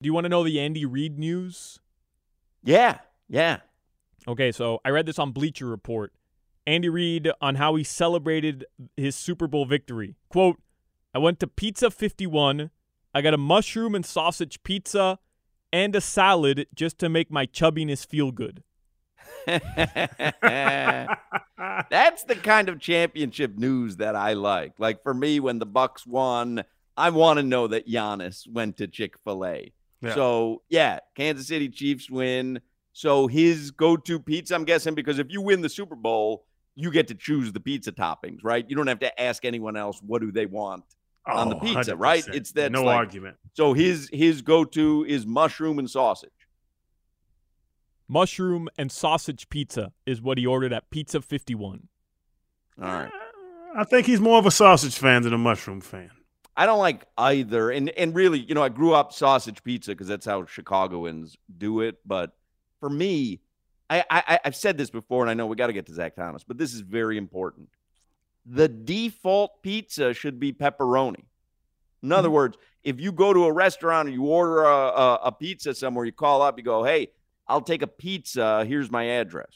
Do you want to know the Andy Reid news? Yeah, yeah. Okay, so I read this on Bleacher Report. Andy Reid on how he celebrated his Super Bowl victory. Quote, I went to Pizza 51. I got a mushroom and sausage pizza and a salad just to make my chubbiness feel good. That's the kind of championship news that I like. Like for me, when the Bucks won, I want to know that Giannis went to Chick Fil A. Yeah. So yeah, Kansas City Chiefs win. So his go-to pizza, I'm guessing, because if you win the Super Bowl, you get to choose the pizza toppings, right? You don't have to ask anyone else what do they want. on the Oh, pizza, right? 100%. It's- that's no like- argument. So his his go-to is mushroom and sausage. Mushroom and sausage pizza is what he ordered at Pizza 51. All right. Uh, I think he's more of a sausage fan than a mushroom fan. I don't like either. And and really, you know, I grew up sausage pizza because that's how Chicagoans do it. But for me, I, I I- I've said this before, and I know we got to get to Zach Thomas, but this is very important. The default pizza should be pepperoni. In other words, if you go to a restaurant and you order a, a, a pizza somewhere, you call up, you go, "Hey, I'll take a pizza. Here's my address."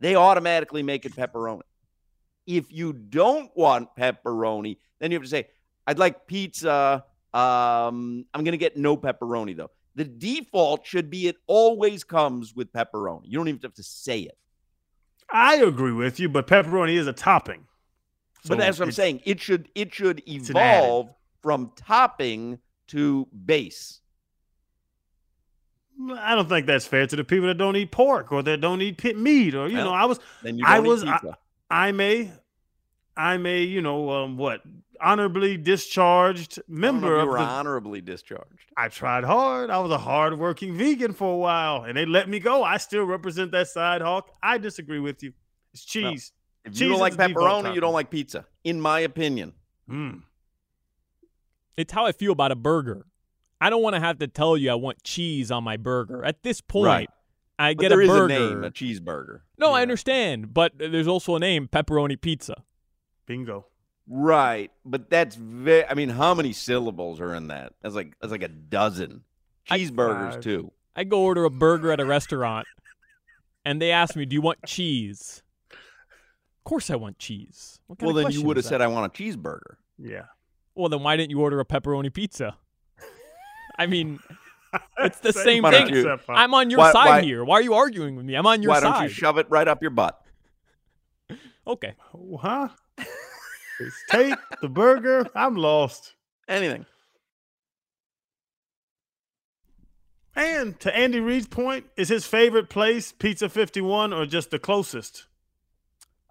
They automatically make it pepperoni. If you don't want pepperoni, then you have to say, I'd like pizza. Um, I'm gonna get no pepperoni though. The default should be it always comes with pepperoni. You don't even have to say it. I agree with you, but pepperoni is a topping. So but that's what I'm it's- saying. It should it should an added. evolve from topping to base. I don't think that's fair to the people that don't eat pork or that don't eat pit meat or you Well, know. I was Then you I don't eat was- I- pizza. I may, I may, you know, um, what honorably discharged I don't know if member of you were the. honorably discharged. I tried hard. I was a hardworking vegan for a while, and they let me go. I still represent that side hawk. I disagree with you. It's cheese. If Cheese you don't is like the default pepperoni, you topping. don't like pizza. In my opinion, Mm. It's how I feel about a burger. I don't want to have to tell you I want cheese on my burger. At this point, Right. I but get there a is burger. a name, a cheeseburger. no, I Yeah. understand, but there's also a name, pepperoni pizza. Bingo. Right, but that's very. I mean, how many syllables are in that? That's like that's like a dozen. I- Cheeseburgers Five. too. I go order a burger at a restaurant and they ask me, Do you want cheese? Of course I want cheese. What kind Well, of then you question would have is that? said, "I want a cheeseburger." Yeah. Well, then why didn't you order a pepperoni pizza? I mean, it's the same Why don't thing. you- concept, huh? I'm on your Why- side why- here. Why are you arguing with me? I'm on your Why side. don't you shove it right up your butt? okay. Huh? It's tape, the burger. I'm lost. Anything. And to Andy Reid's point, is his favorite place Pizza 51 or just the closest?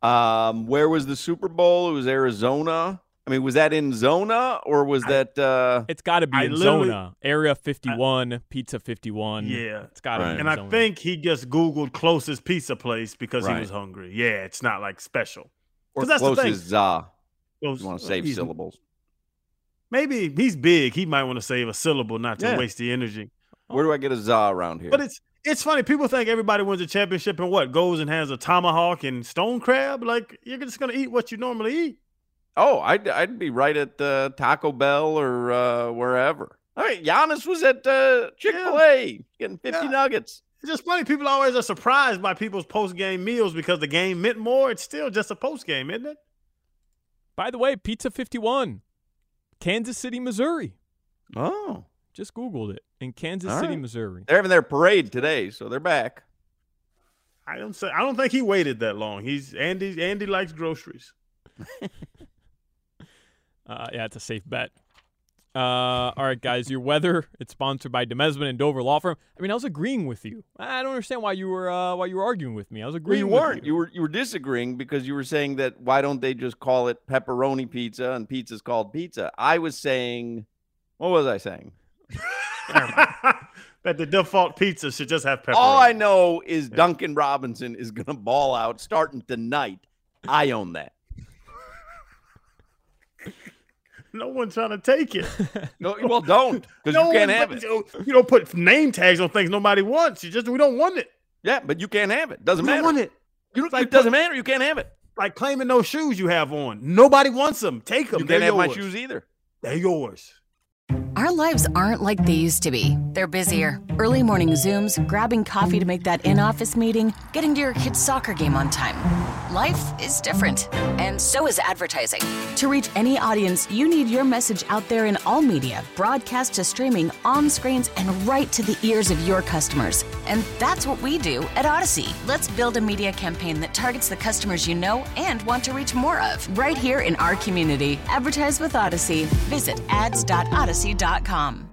Um, where was the Super Bowl? It was Arizona. I mean, was that in Zona or was that? Uh, It's got to be I in literally- Zona. Area 51, Pizza 51. Yeah. It's got to Right. be in And I Zona. think he just Googled closest pizza place because he Right. was hungry. Yeah, it's not like special. or 'Cause that's the close thing. is za? Close- You want to save he's- syllables? Maybe he's big. He might want to save a syllable not to Yeah. waste the energy. Where do I get a za around here? But it's it's funny. People think everybody wins a championship and what goes and has a tomahawk and stone crab. Like you're just gonna eat what you normally eat. oh, I'd I'd be right at uh, Taco Bell or uh, wherever. All right, Giannis was at uh, Chick Fil A getting fifty Yeah. nuggets. It's just funny. People always are surprised by people's post game meals because the game meant more. It's still just a post game, isn't it? By the way, Pizza 51, Kansas City, Missouri. Oh, Just Googled it. In Kansas All City, right. Missouri. they're having their parade today, so they're back. I don't say. I don't think he waited that long. He's Andy. Andy likes groceries. Uh, yeah, it's a safe bet. Uh, all right, guys, your weather. It's sponsored by Demesman and Dover Law Firm. I mean, I was agreeing with you. I don't understand why you were uh, why you were arguing with me. I was Well, agreeing. you with weren't. You were you were disagreeing because you were saying that why don't they just call it pepperoni pizza and pizza's called pizza? I was saying, what was I saying? that the default pizza should just have pepperoni. All I know is Duncan Robinson is going to ball out starting tonight. I own that. No one's trying to take it. No, well, don't because no you can't one- have it. You don't put name tags on things nobody wants. You just we don't want it. Yeah, but you can't have it. Doesn't We don't matter. want it. You don't, Like, it doesn't matter. You can't have it. like claiming those shoes you have on. Nobody wants them. Take them. You They're can't have my e- yours. shoes either. They're yours. Our Our lives aren't like they used to be. They're busier. Early morning Zooms, grabbing coffee to make that in office meeting, getting to your kid's soccer game on time. Life is different, and so is advertising. To reach any audience, you need your message out there in all media, broadcast to streaming, on screens, and right to the ears of your customers. And that's what we do at Odyssey. Let's build a media campaign that targets the customers you know and want to reach more of right here in our community. Advertise with Odyssey. Visit ads.odyssey.com.